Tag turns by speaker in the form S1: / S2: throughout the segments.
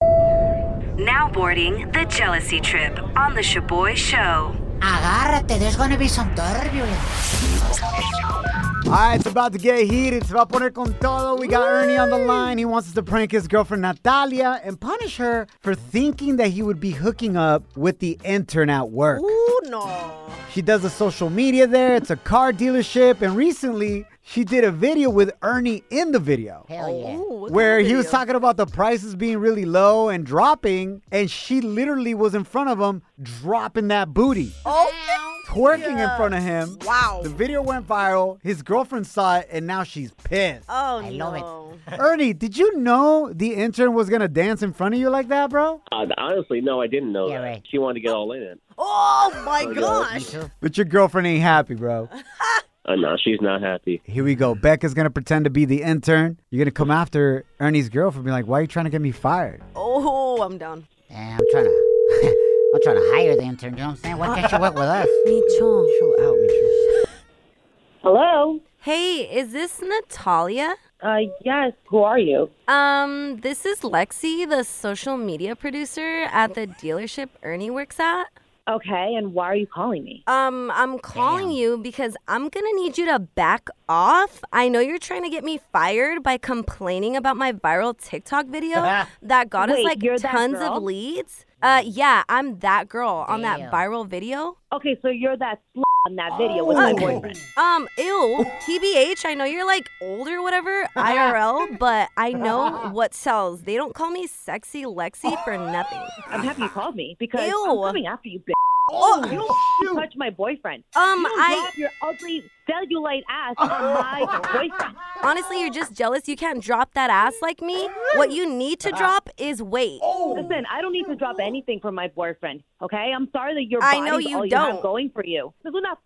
S1: Now boarding the jealousy trip on the Shaboy Show.
S2: Agárrate, there's gonna be some turbulence.
S3: All right, it's about to get heated. Se va a poner con todo. We got Ernie on the line. He wants us to prank his girlfriend Natalia and punish her for thinking that he would be hooking up with the intern at work.
S4: Ooh, no.
S3: She does the social media there. It's a car dealership. And recently, she did a video with Ernie in the video.
S4: Oh,
S2: Hell yeah.
S3: Where he was talking about the prices being really low and dropping, and she literally was in front of him dropping that booty,
S4: Oh,
S3: twerking in front of him.
S4: Wow.
S3: The video went viral. His girlfriend saw it, and now she's pissed.
S4: oh
S2: I
S4: no.
S2: love
S3: Ernie, did you know the intern was gonna dance in front of you like that, bro?
S5: Uh, honestly, no, I didn't know
S2: Yeah,
S5: that.
S2: right.
S5: She wanted to get all in it.
S4: Oh my
S5: yeah.
S4: gosh.
S3: But your girlfriend ain't happy, bro.
S5: Uh, no, she's not happy.
S3: Here we go. Becca's gonna pretend to be the intern. You're gonna come after Ernie's girlfriend, be like, "Why are you trying to get me fired?"
S4: Oh, I'm down.
S2: Yeah, Eh, I'm trying to. I'm trying to hire the intern. You know what I'm saying? Why can't you work with us?
S4: Micho.
S3: Chill out, Michelle.
S6: Hello.
S4: Hey, is this Natalia?
S6: Uh, yes. Who are you?
S4: Um, this is Lexi, the social media producer at the dealership Ernie works at.
S6: Okay. And why are you calling me?
S4: Um, I'm calling you because I'm gonna need you to back off. I know you're trying to get me fired by complaining about my viral TikTok video that got us
S6: Wait,
S4: like
S6: you're that
S4: tons
S6: girl?
S4: of leads. Uh, yeah, I'm that girl on that
S2: Damn.
S4: viral video. Uh,
S6: Okay, so you're that slut on that video with Oh my boyfriend.
S4: Um, ew, TBH. I know you're like old or whatever, IRL, but I know what sells. They don't call me sexy Lexi for nothing.
S6: I'm happy you called me because
S4: Ew.
S6: I'm coming after you, bitch. you don't f***ing touch my boyfriend.
S4: Um,
S6: you don't
S4: I
S6: drop your ugly cellulite ass on my boyfriend.
S4: honestly, you're just jealous. You can't drop that ass like me. What you need
S6: Uh-uh.
S4: to drop is weight.
S6: Listen, I don't need to drop anything for my boyfriend. Okay, I'm sorry that your
S4: I know
S6: body's
S4: you
S6: all you
S4: don't.
S6: have going for you. This is not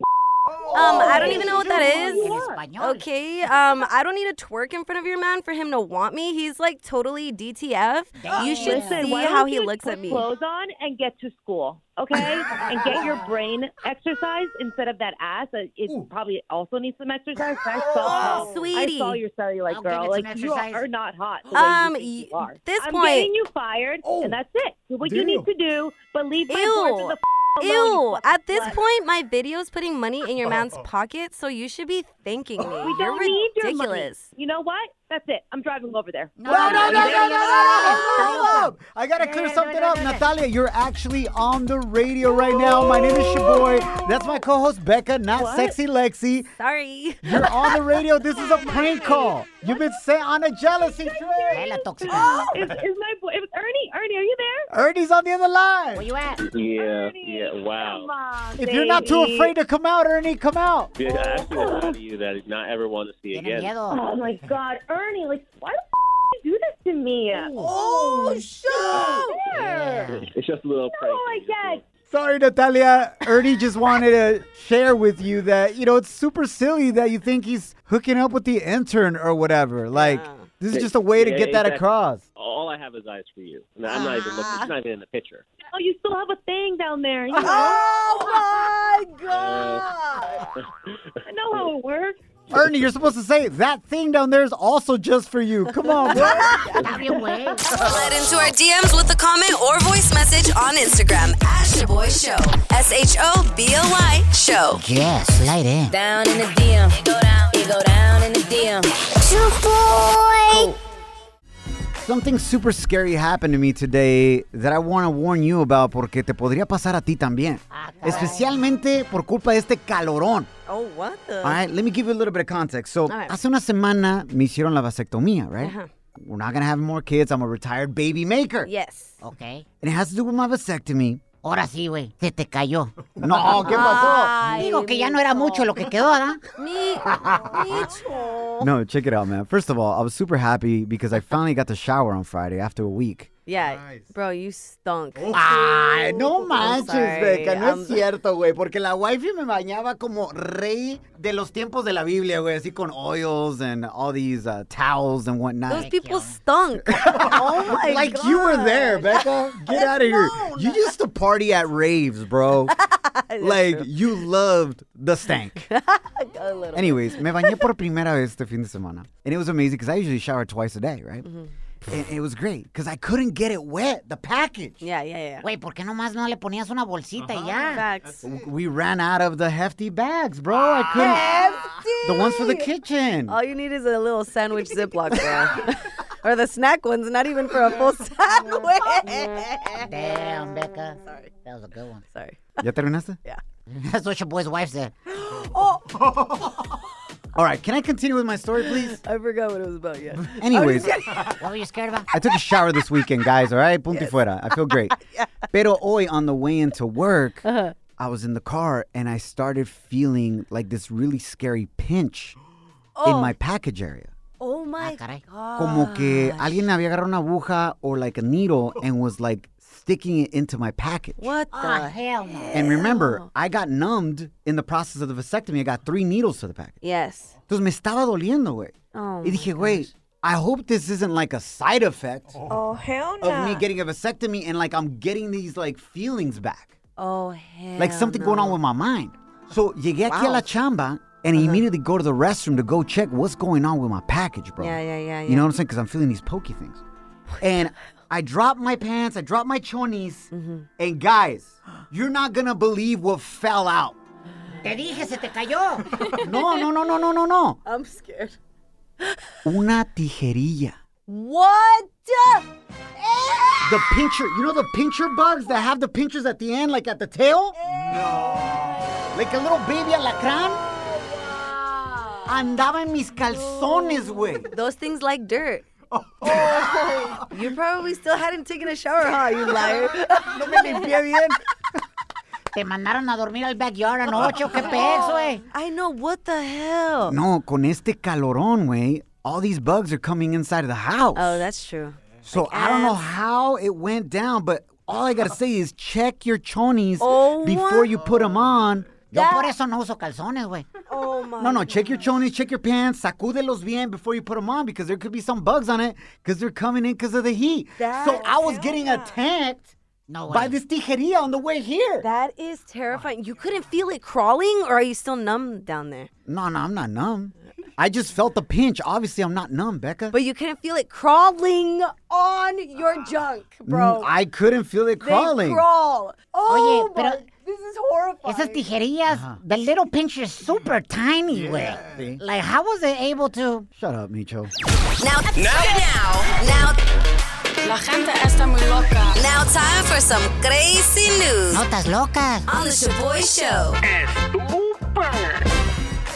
S4: Um, I
S6: oh,
S4: don't even know what that
S2: En
S4: is.
S2: español.
S4: Okay, um, I don't need to twerk in front of your man for him to want me. He's like totally DTF. You should
S6: Listen,
S4: see
S6: why don't
S4: how he
S6: you
S4: looks
S6: put
S4: at me.
S6: Clothes on and get to school, okay? and get your brain exercise instead of that ass. Uh, It probably also needs some exercise. I saw,
S4: Oh, sweetie.
S6: I saw your
S2: I'll give it
S6: cellulite girl.
S2: some
S6: Like you
S2: exercise.
S6: are not hot. The way
S4: Um,
S6: you think you
S4: y-
S6: are.
S4: this
S6: I'm
S4: point-
S6: getting you fired,
S3: Oh,
S6: and that's it. Do what you need to do, but leave my
S4: Ew.
S6: boyfriend the f- alone, you
S4: Ew,
S6: fucking
S4: at this
S6: slut.
S4: point, my video's putting money in your man's pocket, so you should be thanking me.
S6: We
S4: You're
S6: don't need your money.
S4: ridiculous.
S6: You know what? That's it. I'm driving over there.
S2: No, no, no, no, no, no, no, no.
S3: Hold up. I gotta clear something up. Natalia, you're actually on the radio right now. My name is Shaboy. That's my co-host Becca, not sexy Lexi.
S4: Sorry.
S3: You're on the radio. This is a prank call. You've been sent on a jealousy trip.
S2: Hey, la
S4: Oh!
S2: tóxica.
S6: Is, is my boy? Is Ernie? Ernie, are you there?
S3: Ernie's on the other
S2: Where
S3: line.
S2: you at?
S5: Yeah,
S6: Ernie,
S5: yeah, wow.
S6: Come on,
S3: If you're not too
S6: baby.
S3: afraid to come out, Ernie, come out.
S5: Dude, I actually lied to you that I did not ever want to see
S2: Tiene
S5: again.
S2: miedo.
S6: Oh my God, Ernie! Like, why the f- you do this to me?
S3: Oh,
S2: Yeah.
S5: It's just a little prank.
S6: Oh my God!
S3: Sorry, Natalia. Ernie just wanted to share with you that, you know, it's super silly that you think he's hooking up with the intern or whatever. Like, this is just a way to
S5: Yeah,
S3: get that
S5: exactly.
S3: across.
S5: All I have is eyes for you. And I'm not even looking.
S2: Ah.
S5: It's not even in the picture.
S6: Oh, you still have a thing down there. You know? I know how it works.
S3: Ernie, you're supposed to say that thing down there is also just for you. Come on, bro.
S2: Está bien, güey.
S7: Slide into our DMs with a comment or voice message on Instagram at Shaboy Show. S H O B O Y Show.
S2: Yeah, slide in.
S7: Down in the DM. It go down. It go down in the DM.
S3: Something super scary happened to me today that I want to warn you about porque te podría pasar a ti también. Especialmente por culpa de este calorón.
S4: Oh, what the?
S3: All right, let me give you a little bit of context. So,
S4: right.
S3: hace una semana me hicieron la vasectomía, right? We're not going to have more kids. I'm a retired baby maker.
S4: Yes.
S2: Ok.
S3: And it has to do with my vasectomy.
S2: Ahora sí, güey. Se te cayó.
S4: Oh,
S3: No, ¿qué pasó?
S2: Digo que ya no era mucho lo que quedó, ¿verdad?
S4: Me, Micho.
S3: No, check it out, man. First of all, I was super happy because I finally got the shower on Friday after a week.
S4: Yeah, bro, you stunk.
S3: Ay, Ah, no manches,
S4: Oh, sorry,
S3: Beca, no
S4: I'm-
S3: es cierto, güey, porque la wifey me bañaba como rey de los tiempos de la Biblia, güey, así con oils and all these uh, towels and whatnot.
S4: Those people stunk. oh my
S3: like you were there,
S4: God.
S3: Becca. Get out of here. You used to party at raves, bro. like you loved the stank.
S4: A little.
S3: Anyways, me bañé por primera vez este fin de semana, and it was amazing because I usually shower twice a day, right?
S4: Mm-hmm.
S3: And it was great because I couldn't get it wet. The package.
S4: Yeah, yeah, yeah.
S2: Güey, ¿por qué nomás no le ponías una bolsita y ya?
S4: Facts.
S3: We ran out of the hefty bags, bro. I
S4: Ah,
S3: couldn't. The ones for the kitchen.
S4: All you need is a little sandwich Ziploc, bro. or the snack ones, not even for a full sandwich.
S2: Damn, Becca. That was a good one.
S4: Sorry.
S3: ¿Ya terminaste?
S2: That's what your boy's wife said.
S3: All right, can I continue with my story, please?
S4: I forgot what it was about yet.
S3: Anyways.
S2: What were you scared about?
S3: I took a shower this weekend, guys. All right, punto y fuera. I feel great. Pero hoy on the way into work,
S4: Uh-huh.
S3: I was in the car and I started feeling like this really scary pinch in my package area.
S4: Oh
S3: Ah,
S4: my
S2: Ah, caray.
S4: god.
S3: Como que
S4: Ah,
S3: alguien había agarrado una aguja or like a needle and was like sticking it into my package.
S4: What the
S2: Ah, hell no.
S3: And remember, I got numbed in the process of the vasectomy. I got three needles to the package.
S4: Yes.
S3: Entonces me estaba doliendo, güey.
S4: Oh
S3: y dije, güey, I hope this isn't like a side effect.
S4: Oh hell
S3: of me getting a vasectomy and like I'm getting these like feelings back.
S4: Oh hell.
S3: Like something going on with my mind. So llegué aquí a la chamba and
S4: Uh-huh.
S3: I immediately go to the restroom to go check what's going on with my package, bro.
S4: Yeah, yeah, yeah,
S3: You know what I'm saying? Because I'm feeling these pokey things. And I drop my pants, I drop my chonis, and guys, you're not gonna believe what fell out.
S2: Te dije, se te cayó.
S3: No, no, no, no, no, no, no.
S4: I'm scared.
S3: Una tijerilla.
S4: What?
S3: The pincher, you know the pincher bugs that have the pinchers at the end, like at the tail? No. Like a little baby alacrán. Andaba en mis calzones, güey.
S4: Those things like dirt.
S3: Oh.
S4: you probably still hadn't taken a shower, huh? You liar.
S3: No me limpié bien.
S2: Te mandaron a dormir al backyard anoche, ¿o qué pex, güey.
S4: I know. What the hell?
S3: No, con este calorón, güey, all these bugs are coming inside of the house.
S4: Oh, that's true.
S3: so I don't know how it went down, but all I gotta say is check your chonies
S4: Oh,
S3: before you put them on. e-,
S2: Yo por eso no uso calzones, güey.
S4: Oh my.
S3: No, no, check your chonies, check your pants, sacúdelos bien before you put them on because there could be some bugs on it because they're coming in because of the heat. so I was getting attacked
S2: No,
S3: by
S2: güey.
S3: this tijeria on the way here.
S4: That is terrifying. You couldn't feel it crawling, or are you still numb down there?
S3: No, no, I'm not numb. I just felt the pinch. Obviously, I'm not numb, Becca.
S4: But you couldn't feel it crawling on your junk, bro.
S3: Mm, I couldn't feel it crawling.
S4: They crawl. Oh,
S2: Oye, pero-
S4: my- this is horrifying.
S2: Esas tijerillas, the little pinch is super tiny, güey.
S3: See?
S2: Like, how was it able to?
S3: Shut up, Micho.
S8: Now, now, now, now,
S9: La gente está muy loca.
S8: now, time for some crazy news
S2: Notas locas.
S8: on the Shaboy Show.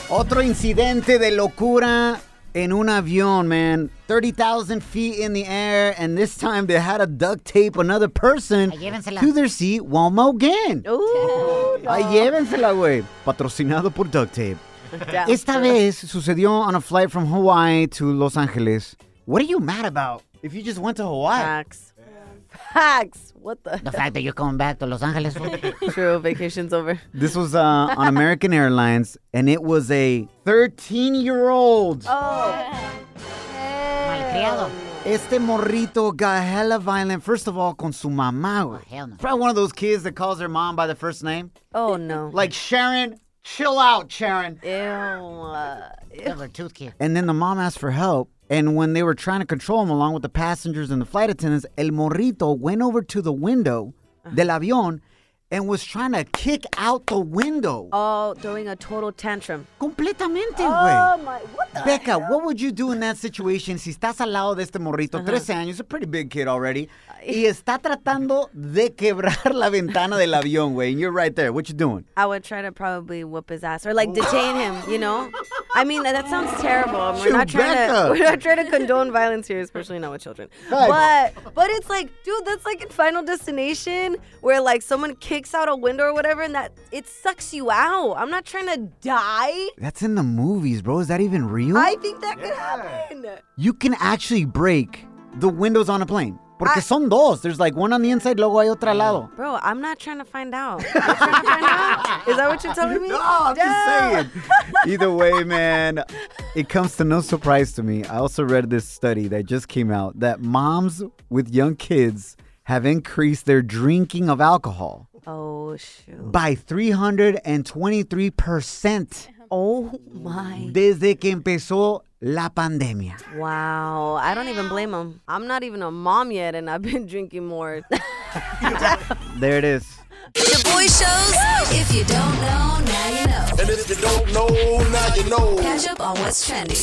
S3: Otro incidente de locura en un avión, man. 30,000 feet in the air, and this time they had to duct tape another person
S2: Ay, llévensela.
S3: to their seat one more again.
S4: Oh. Ooh,
S3: Ay, llévensela, güey. Patrocinado por duct tape.
S4: Yeah.
S3: Esta vez sucedió on a flight from Hawaii to Los Angeles. What are you mad about if you just went to Hawaii?
S4: facts. Facts. What the?
S2: The fact that you're coming back to Los Angeles. güey.
S4: True. Vacation's over.
S3: This was uh, on American Airlines, and it was a 13-year-old.
S2: Malcriado.
S3: Este morrito got hella violent. First of all, con su mamá, güey.
S2: Oh, Hell no.
S3: Probably one of those kids that calls their mom by the first name.
S4: Oh no.
S3: Like, Sharon, chill out, Sharon.
S4: Ew. uh,
S2: They were tooth kids.
S3: And then the mom asked for help. And when they were trying to control him, along with the passengers and the flight attendants, el morrito went over to the window
S2: Uh-huh.
S3: del avión and was trying to kick out the window.
S4: Oh, throwing a total tantrum.
S3: Completamente,
S4: Oh
S3: güey.
S4: my. What the?
S3: Becca, what would you do in that situation si estás al lado de este morrito, 13 años, a pretty big kid already, y está tratando de quebrar la ventana del avión, güey, and you're right there. What you doing?
S4: I would try to probably whoop his ass or like detain him. You know. I mean, that, that sounds terrible. and We're not trying
S3: Chewbacca.
S4: to we're not trying to condone violence here, especially not with children.
S3: Right.
S4: But but it's like, dude, that's like in Final Destination where like someone kicks out a window or whatever, and that it sucks you out. I'm not trying to die.
S3: That's in the movies, bro. Is that even real?
S4: I think that could happen.
S3: you can actually break the windows on a plane. Porque son dos. There's like one on the inside, luego hay otra al lado.
S4: Bro, I'm not trying to find out. You're trying to find out? Is that what you're telling me?
S3: No, Oh, I'm
S4: Damn.
S3: just saying. Either way, man, it comes to no surprise to me. I also read this study that just came out that moms with young kids have increased their drinking of alcohol
S4: Oh shoot.
S3: by 323%
S4: Oh my.
S3: desde que empezó la pandemia.
S4: Wow. I don't even blame him. I'm not even a mom yet, and I've been drinking more.
S3: There it is.
S8: Shaboy shows. If you don't know, now you know. And if you don't know, now you know. Catch up on what's trending.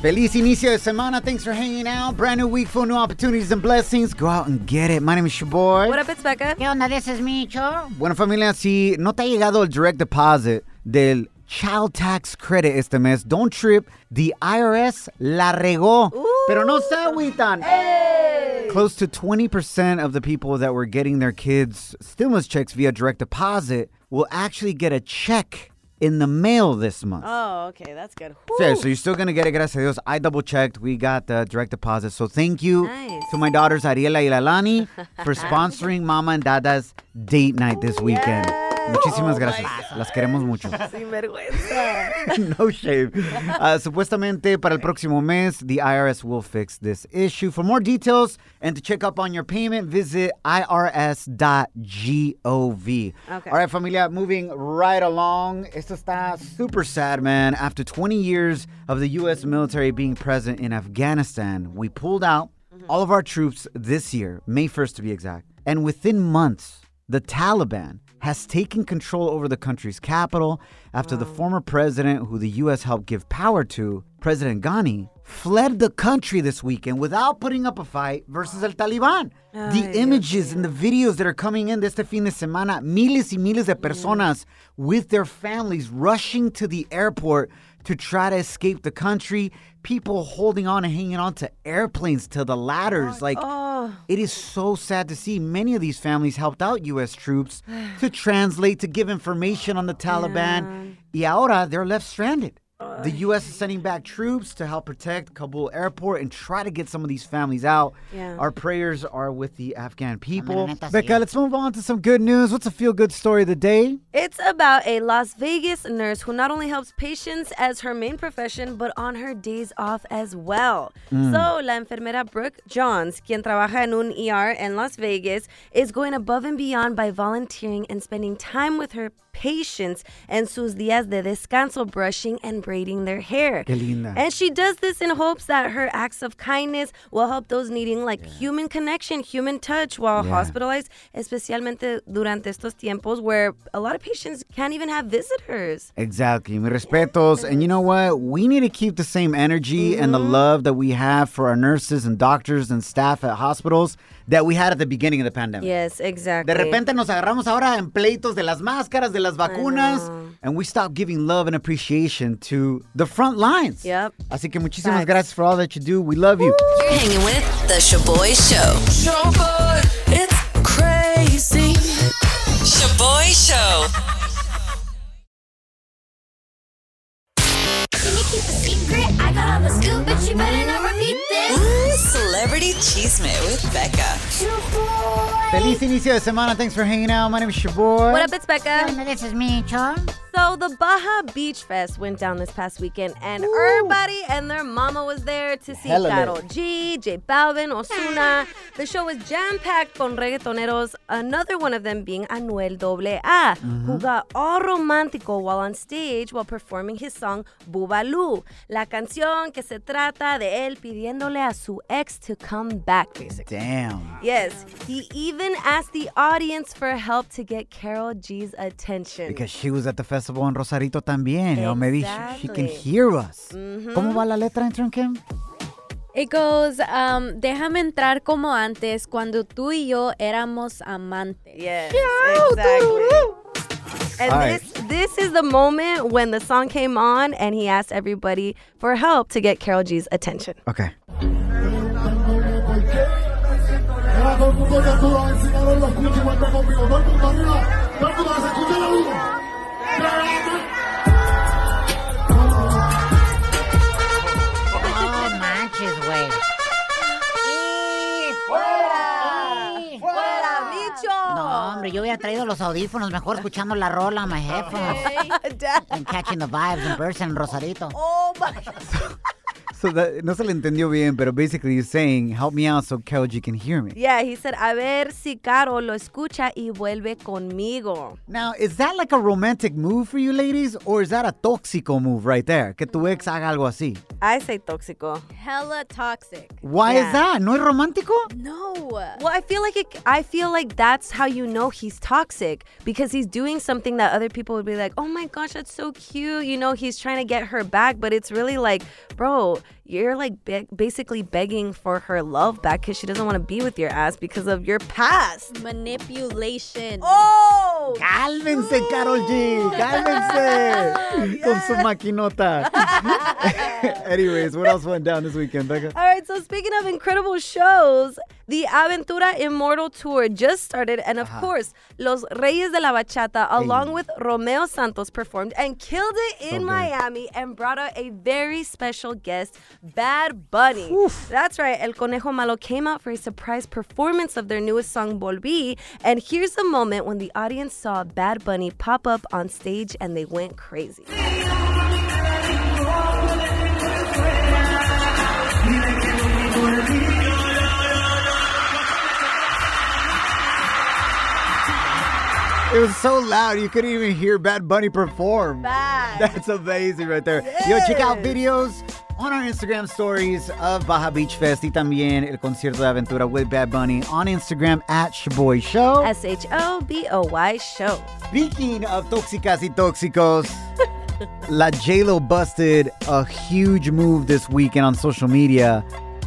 S3: Feliz inicio de semana. Thanks for hanging out. Brand new week full of new opportunities and blessings. Go out and get it. My name is your boy.
S4: what up, it's Becca.
S2: ¿Qué onda? This is Micho.
S3: Bueno, familia, si no te ha llegado el direct deposit del child tax credit este mes, don't trip. The IRS la regó. Pero no se agüitan. Close to 20% of the people that were getting their kids stimulus checks via direct deposit will actually get a check in the mail this month.
S4: Oh, okay, that's good.
S3: Yeah,
S4: Whew.
S3: so you're still gonna get it, gracias a Dios. I double checked. We got the direct deposit. So thank you
S4: Nice.
S3: to my daughters Ariela y Lalani for sponsoring Mama and Dada's date night this weekend. Muchísimas gracias. Las queremos mucho.
S4: Sin vergüenza.
S3: no shame. Uh, supuestamente para el próximo mes, the IRS will fix this issue. For more details and to check up on your payment, visit irs.gov.
S4: Okay.
S3: All right, familia, moving right along. Esto está super sad, man. After 20 years of the U.S. military being present in Afghanistan, we pulled out all of our troops this year, May 1st to be exact. And within months, the Taliban has taken control over the country's capital after the former president, who the U.S. helped give power to, President Ghani, fled the country this weekend without putting up a fight versus el Taliban. the images and the videos that are coming in this fin de semana, miles y miles de personas with their families rushing to the airport to try to escape the country. People holding on and hanging on to airplanes, to the ladders. Like, it is so sad to see many of these families helped out U.S. troops to translate, to give information on the Taliban. Y ahora they're left stranded. The U.S. is sending back troops to help protect Kabul airport and try to get some of these families out.
S4: Yeah.
S3: Our prayers are with the Afghan people.
S2: neta, sí.
S3: Becca, let's move on to some good news. What's a feel good story of the day?
S4: It's about a Las Vegas nurse who not only helps patients as her main profession, but on her days off as well.
S3: Mm.
S4: So, la enfermera Brooke Johns, quien trabaja en un ER in Las Vegas, is going above and beyond by volunteering and spending time with her patients and sus días de descanso brushing and braiding their hair.
S3: Qué linda.
S4: And she does this in hopes that her acts of kindness will help those needing like human connection, human touch while hospitalized, especialmente durante estos tiempos where a lot of patients can't even have visitors.
S3: Exactly. Mi respetos. And you know what? We need to keep the same energy and the love that we have for our nurses and doctors and staff at hospitals that we had at the beginning of the pandemic.
S4: Yes, exactly.
S3: De repente nos agarramos ahora en pleitos de las máscaras, de las vacunas, and we stop giving love and appreciation to the front lines.
S4: Yep.
S3: Así que muchísimas
S4: Facts.
S3: gracias for all that you do. We love you.
S8: You're hanging with The Shaboy Show.
S1: Shaboy, it's crazy.
S8: Shaboy Show. Ooh, Celebrity Cheesemate with Becca.
S3: Feliz inicio de semana. Thanks for hanging out. My name is Shaboy.
S4: What up, it's Becca.
S2: ¿Qué onda? This is Micho.
S4: So the Baja Beach Fest went down this past weekend, and everybody and their mama was there to see
S3: Hella
S4: Karol G, J Balvin, Osuna. The show was jam packed con reggaetoneros. Another one of them being Anuel AA, who got all romantico while on stage while performing his song Bubalú, la canción que se trata de él pidiéndole a su ex to come back, basically.
S3: Damn.
S4: Yes, he even asked the audience for help to get Carol G's attention.
S3: Because she was at the festival in Rosarito también. You know, maybe she, she can
S4: Exactly. Mm-hmm.
S3: hear us. ¿Cómo va la letra, intern Kim?
S10: It goes, um, déjame entrar como antes cuando tú y yo éramos amantes.
S4: Yes, exactly. And
S3: All right.
S4: this this is the moment when the song came on and he asked everybody for help to get Carol G's attention.
S3: Okay.
S2: No Oh, manches, güey. No, hombre, yo hubiera traído los audífonos, mejor escuchando la rola, my headphones. And catching the vibes in person, Rosarito.
S3: So that, no se le entendió bien, pero basically he's saying, help me out so Carol G can hear me.
S4: Yeah, he said, a ver si Caro lo escucha y vuelve conmigo.
S3: Now, is that like a romantic move for you ladies, or is that a tóxico move right there? Que tu ex haga algo así.
S4: I say tóxico.
S10: Hella toxic.
S3: Why
S4: Yeah.
S3: is that? ¿No es romántico?
S10: No.
S4: Well, I feel like it, I feel like that's how you know he's toxic because he's doing something that other people would be like, "Oh my gosh, that's so cute." You know, he's trying to get her back, but it's really like, "Bro, you're like be- basically begging for her love back cuz she doesn't want to be with your ass because of your past."
S10: Manipulation.
S4: Oh!
S3: Cálmense, Carol G. Cálmense. Con su maquinota. Anyways, what else went down this weekend, Becca?
S4: All right, so speaking of incredible shows, the Aventura Immortal Tour just started, and of course, Los Reyes de la Bachata, along with Romeo Santos, performed and killed it in
S3: good.
S4: Miami and brought out a very special guest, Bad Bunny. That's right, El Conejo Malo came out for a surprise performance of their newest song, Volví, and here's the moment when the audience saw Bad Bunny pop up on stage and they went crazy.
S3: It was so loud you couldn't even hear Bad Bunny perform. That's amazing right there. Yo, check out videos on our Instagram stories of Baja Beach Fest y también el concierto de aventura with Bad Bunny on Instagram at Shaboy Show.
S4: S H O B O Y show.
S3: Speaking of tóxicas y tóxicos, La JLo busted a huge move this weekend on social media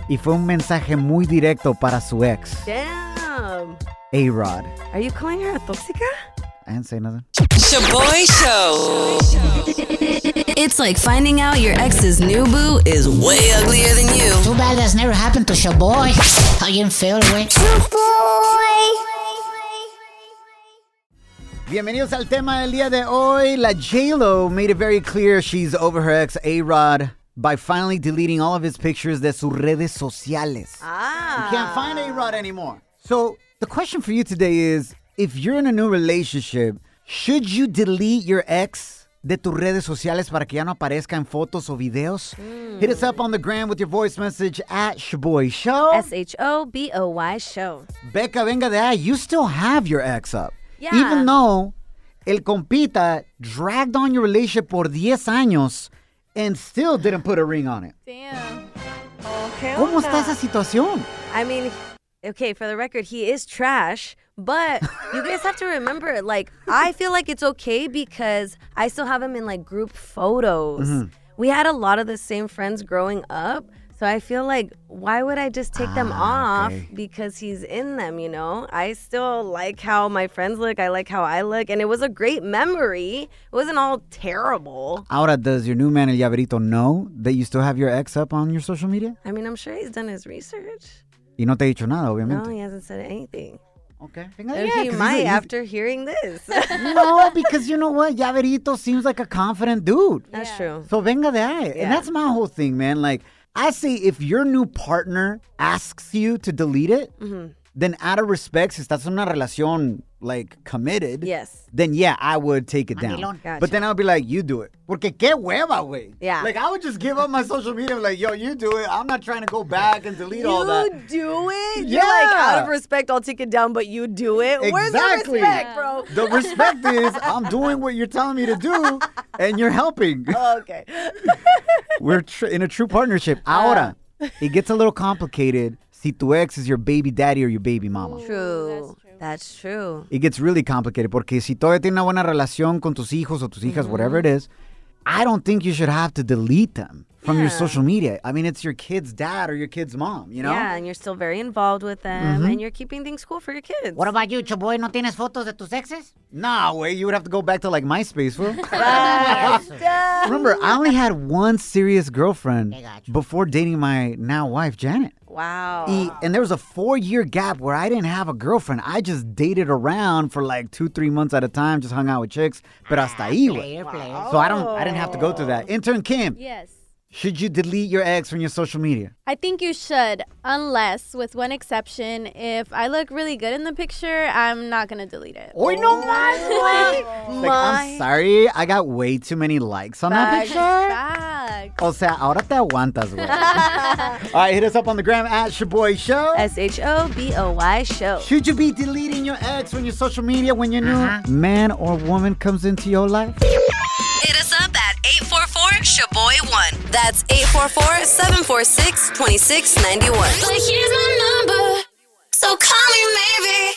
S3: y fue un mensaje muy directo para su ex,
S4: Damn.
S3: A-Rod.
S4: Are you calling her a tóxica?
S3: I didn't say nothing.
S8: Shaboy Show. It's like finding out your ex's new boo is way uglier than you.
S2: Too bad that's never happened to your boy. How you feel, güey?
S3: Bienvenidos al tema del día de hoy. La JLo made it very clear she's over her ex A-Rod by finally deleting all of his pictures de sus redes sociales.
S4: Ah.
S3: Can't find A-Rod anymore. So the question for you today is, if you're in a new relationship, should you delete your ex de tus redes sociales para que ya no aparezca en fotos o videos? Hit us up on the gram with your voice message at Shaboy Show.
S4: S H O B O Y show.
S3: Becca, venga de ahí. You still have your ex up.
S4: Yeah.
S3: Even though el compita dragged on your relationship por 10 años and still didn't put a ring on it.
S10: Damn.
S4: Oh,
S3: ¿Cómo está esa situación?
S4: I mean, okay, for the record, he is trash, but you guys have to remember, like, I feel like it's okay because I still have him in like group photos.
S3: Mm-hmm.
S4: We had a lot of the same friends growing up. So I feel like why would I just take them off
S3: Ah, okay.
S4: because he's in them, you know? I still like how my friends look, I like how I look, and it was a great memory. It wasn't all terrible.
S3: Ahora, does your new man, El Llaverito, know that you still have your ex up on your social media?
S4: I mean, I'm sure he's done his research.
S3: Y no te ha dicho nada,
S4: No,
S3: obviamente.
S4: he hasn't said anything.
S3: Okay. Venga de
S4: And
S3: ahí,
S4: he
S3: Oh, 'cause he's-
S4: might
S3: he's-
S4: after hearing this. That's
S3: No, because you know what? Llaverito seems like a confident dude.
S4: true.
S3: So venga de ahí.
S4: Yeah.
S3: And that's my whole thing, man. Like, I say if your new partner asks you to delete it,
S4: Mm-hmm.
S3: then out of respect, si estás en una relación, like, committed,
S4: Yes.
S3: then yeah, I would take it down.
S2: Mandilón.
S3: But then I would be like, you do it. Porque qué hueva, güey.
S4: Yeah.
S3: Like, I would just give up my social media. Like, yo, you do it. I'm not trying to go back and delete all that.
S4: do it?
S3: You're like, Yeah. out of
S4: respect, I'll take it down, but you do it.
S3: Exactly. The respect is I'm doing what you're telling me to do and you're helping.
S4: Okay.
S3: We're tr- in a true partnership.
S4: Uh,
S3: Ahora, it gets a little complicated si tu ex is your baby daddy or your baby mama.
S4: True. That's true. Mm-hmm.
S3: It gets really complicated porque si todavía tiene una buena relación con tus hijos o tus hijas, whatever it is, I don't think you should have to delete them from your
S4: Yeah.
S3: social media. I mean, it's your kid's dad or your kid's mom, you know?
S4: Yeah, and you're still very involved with them
S3: Mm-hmm.
S4: and you're keeping things cool for your kids.
S2: What about you, Chaboy? ¿No tienes fotos de tus exes?
S3: Nah, way, you would have to go back to like MySpace, fool.
S2: Oh,
S4: Yeah.
S3: Remember, I only had one serious girlfriend
S2: I got you.
S3: before dating my now wife, Janet.
S4: Wow.
S3: E- And there was a four year gap where I didn't have a girlfriend. I just dated around for like two, three months at a time, just hung out with chicks. But hasta ahí, güey.
S2: Player, player.
S3: So I don't, I didn't have to go through that. Intern Kim,
S10: Yes.
S3: should you delete your ex from your social media?
S10: I think you should, unless, with one exception, if I look really good in the picture, I'm not going to delete it.
S3: Oy, no más, güey. Oh. Like, I'm sorry, I got way too many likes on that picture.
S10: Facts.
S3: O sea, ahora te aguantas, güey. All right, hit us up on the gram at Shaboy Show.
S4: S H O B O Y show.
S3: Should you be deleting your ex when your social media when your new man or woman comes into your life?
S8: Hit us up at 844 Shaboy1. That's 844 746 2691.
S9: Here's my number, so call me maybe.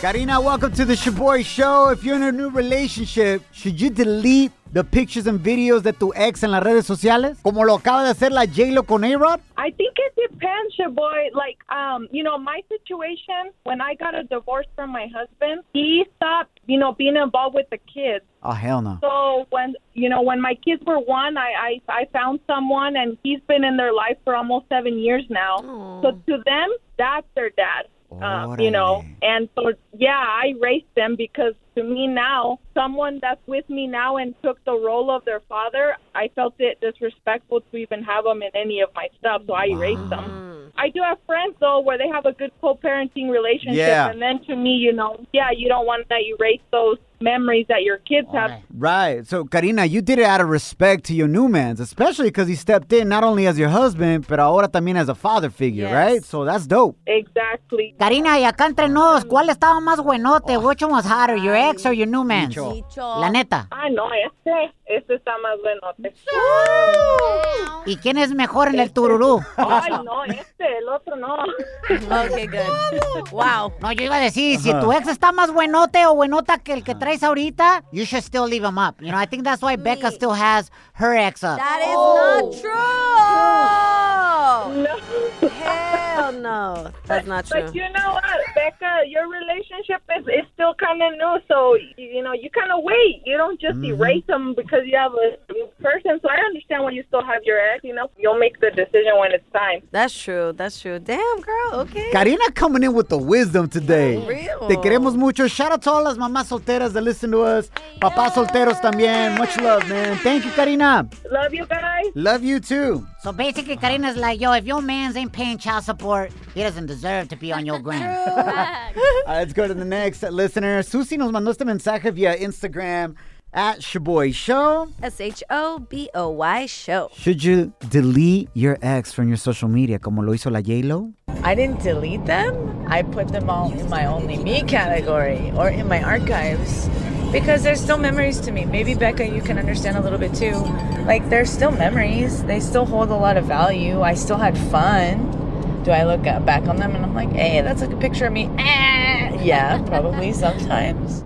S3: Karina, welcome to the Shaboy Show. If you're in a new relationship, should you delete the pictures and videos de tu ex en las redes sociales? Como lo acaba de hacer la J-Lo con A-Rod?
S6: I think it depends, your boy. Like, um, you know, my situation when I got a divorce from my husband, he stopped, you know, being involved with the kids.
S3: Oh, hell no.
S6: So when, you know, when my kids were one, I I, I found someone, and he's been in their life for almost seven years now. So to them, that's their dad. Um, you know,
S3: Órale.
S6: and so yeah, I raised them because to me now, someone that's with me now and took the role of their father, I felt it disrespectful to even have them in any of my stuff, so I erased them. I do have friends though where they have a good co-parenting relationship,
S3: Yeah.
S6: and then to me, you know, yeah, you don't want to erase those memories that your kids have.
S3: Right. So, Karina, you did it out of respect to your new man, especially because he stepped in not only as your husband, but ahora también as a father figure,
S4: Yes.
S3: right? So that's dope.
S6: Exactly.
S2: Karina, y acá entre nos, ¿cuál estaba más buenote? Which one was hotter, your ex or your new man?
S10: Dicho.
S2: La neta.
S6: Ah, no, este, este está más buenote.
S2: ¿Y quién es mejor en el tururú?
S6: Ay, Ah, no, este, el otro no.
S4: Okay, good. Wow.
S2: No, yo iba a decir, si tu ex está más buenote o buenota que el que traes ahorita, you should still leave him up. You know, I think that's why Becca still has her ex up.
S4: That is not true.
S6: No.
S4: Hell no. That's not true.
S6: But you know what, Becca, your relationship is, is still kind of new, so you, you know you kind of wait. You don't just erase them because you have a new person. So I understand when you still have your ex. You know, you'll make the decision when it's time.
S4: That's true. That's true. Damn, girl. Okay.
S3: Karina coming in with the wisdom today.
S4: real.
S3: Te queremos mucho. Shout out to all las mamás solteras that listen to us. Papás solteros también. Much love, man. Thank you, Karina.
S6: Love you guys.
S3: Love you too.
S2: So basically, Karina's like, yo, if your man's ain't paying child support, he doesn't deserve to be on your gram.
S3: All right, Uh, let's go to the next listener. Susie nos mandó este mensaje via Instagram at Shaboy Show.
S4: S H O B O Y show.
S3: Should you delete your ex from your social media como lo hizo la J-Lo?
S6: I didn't delete them. I put them all in my only me category or in my archives because they're still memories to me. Maybe Becca, you can understand a little bit too. Like they're still memories. They still hold a lot of value. I still had fun. Do I look at- back on them and I'm like, hey, that's like a picture of me? Ah. Yeah, probably sometimes.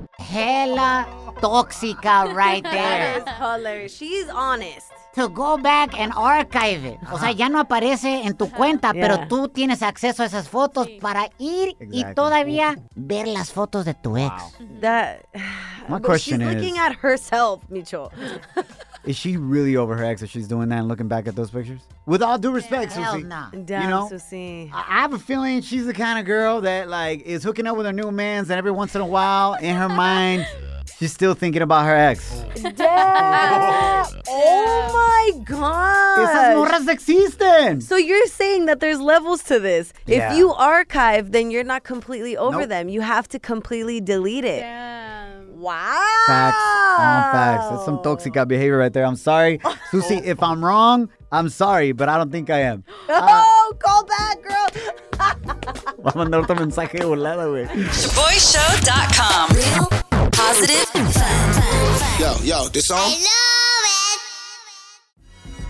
S2: Hella toxica right there.
S4: Color. She's honest.
S2: To go back and archive it. O sea, ya no aparece en tu cuenta, pero
S4: Yeah.
S2: tú tienes acceso a esas fotos para ir
S3: Exactly.
S2: y todavía ver las fotos de tu ex.
S4: That.
S3: My
S4: But
S3: question
S4: she's
S3: is-
S4: looking at herself, Micho.
S3: Is she really over her ex if she's doing that and looking back at those pictures? With all due respect,
S2: Hell
S3: Susie.
S2: nah.
S4: Damn,
S3: you know,
S4: Susie.
S3: I I have a feeling she's the kind of girl that like is hooking up with her new man's, and every once in a while, in her mind, she's still thinking about her ex.
S4: Oh my god.
S3: Esas morras existen.
S4: So you're saying that there's levels to this.
S3: Yeah.
S4: If you archive, then you're not completely over
S3: Nope.
S4: them. You have to completely delete it. Wow.
S3: Facts on facts. That's some toxic behavior right there. I'm sorry, Susie. If I'm wrong, I'm sorry, but I don't think I am.
S4: Oh, call back, girl.
S3: Voy a mandar otro mensaje de volada, güey.
S8: ShaboyShow.com. Real, positive, fun.
S11: Yo, yo, this song?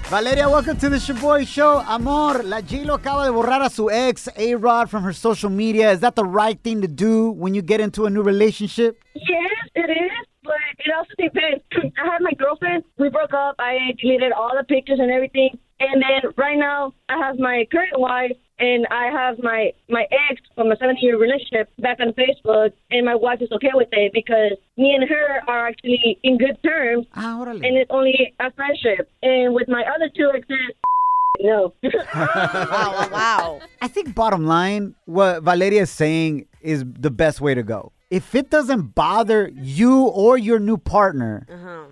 S3: Valeria, welcome to the Shaboy Show. Amor, la Gilo acaba de borrar a su ex, A-Rod, from her social media. Is that the right thing to do when you get into a new relationship?
S6: Yes, it is, but
S11: Dude, I was stupid. I had my girlfriend. We broke up. I deleted all the pictures and everything. And then right now, I have my current wife and I have my my ex from a seven year relationship back on Facebook. And my wife is okay with it because me and her are actually in good terms.
S3: Ah,
S11: and it's only a friendship. And with my other two exes, no.
S3: wow, wow. I think bottom line, what Valeria is saying is the best way to go. If it doesn't bother you or your new partner,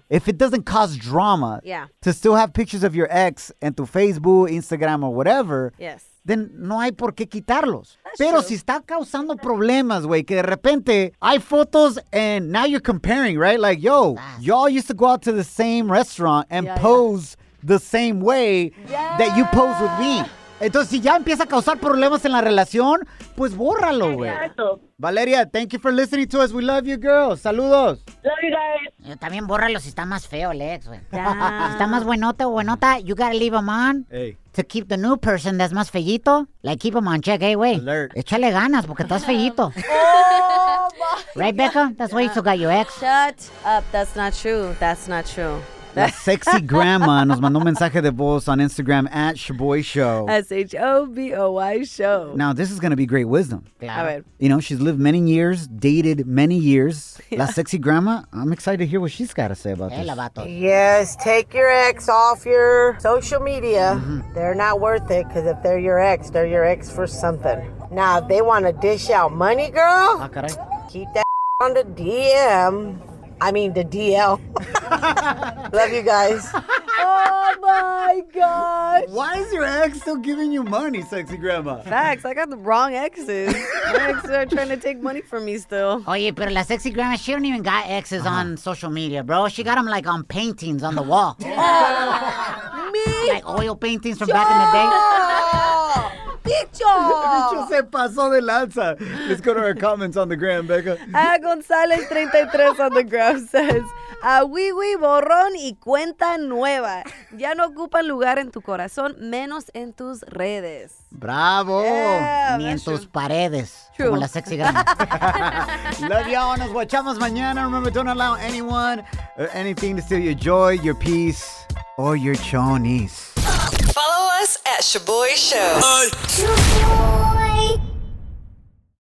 S3: if it doesn't cause drama
S4: Uh-huh. Yeah.
S3: to still have pictures of your ex en tu Facebook, Instagram, or whatever,
S4: Yes.
S3: then no hay por qué quitarlos. Pero si está causando problemas, güey, que de repente hay fotos and now you're comparing, right? Like, yo, y'all used to go out to the same restaurant and
S2: Yeah, yeah.
S3: pose the same way that you pose with me. Entonces, si ya empieza a causar problemas en la relación, pues bórralo, güey.
S11: Exacto.
S3: Valeria, thank you for listening to us. We love you, girl. Saludos.
S11: Love you guys.
S2: Yo Eh, también bórralo si está más feo el ex, güey. Si está más buenota o buenota, you gotta leave him on.
S3: Hey.
S2: To keep the new person that's más feíto, like keep him on check, eh, güey. Échale ganas porque estás feíto.
S4: Oh,
S2: right, Becca? That's why you still got your ex.
S4: Shut up. That's not true. That's not true.
S3: La sexy grandma nos mandó un mensaje de voz on Instagram at Shaboy Show.
S4: S H O B O Y show.
S3: Now, this is going to be great wisdom.
S4: Claro. A ver.
S3: You know, she's lived many years, dated many years. La sexy grandma, I'm excited to hear what she's got to say about this.
S7: Yes, take your ex off your social media. They're not worth it because if they're your ex, they're your ex for something. Now, if they want to dish out money, girl,
S3: Ah, caray.
S7: keep that on the DM. I mean, the DL. Love you guys.
S3: Oh my gosh. Why is your ex still giving you money, sexy grandma?
S4: Facts. I got the wrong exes. My exes are trying to take money from me still.
S2: Oye, pero la sexy grandma, she don't even got exes on social media, bro. She got them like on paintings on the wall.
S4: Me?
S2: Like oil paintings from back in the day.
S3: Bicho se pasó de lanza. Let's go to our comments on the gram, Becca.
S4: Ah, González 33 on the ground says, a Wiwi borrón y cuenta nueva. Ya no ocupan lugar en tu corazón, menos en tus redes.
S3: Bravo.
S2: Ni en tus paredes. Como la sexy grandma.
S3: Love y'all. Nos guachamos mañana. Remember, don't allow anyone or anything to steal your joy, your peace, or your chonies.
S8: Follow us at Shaboy Show.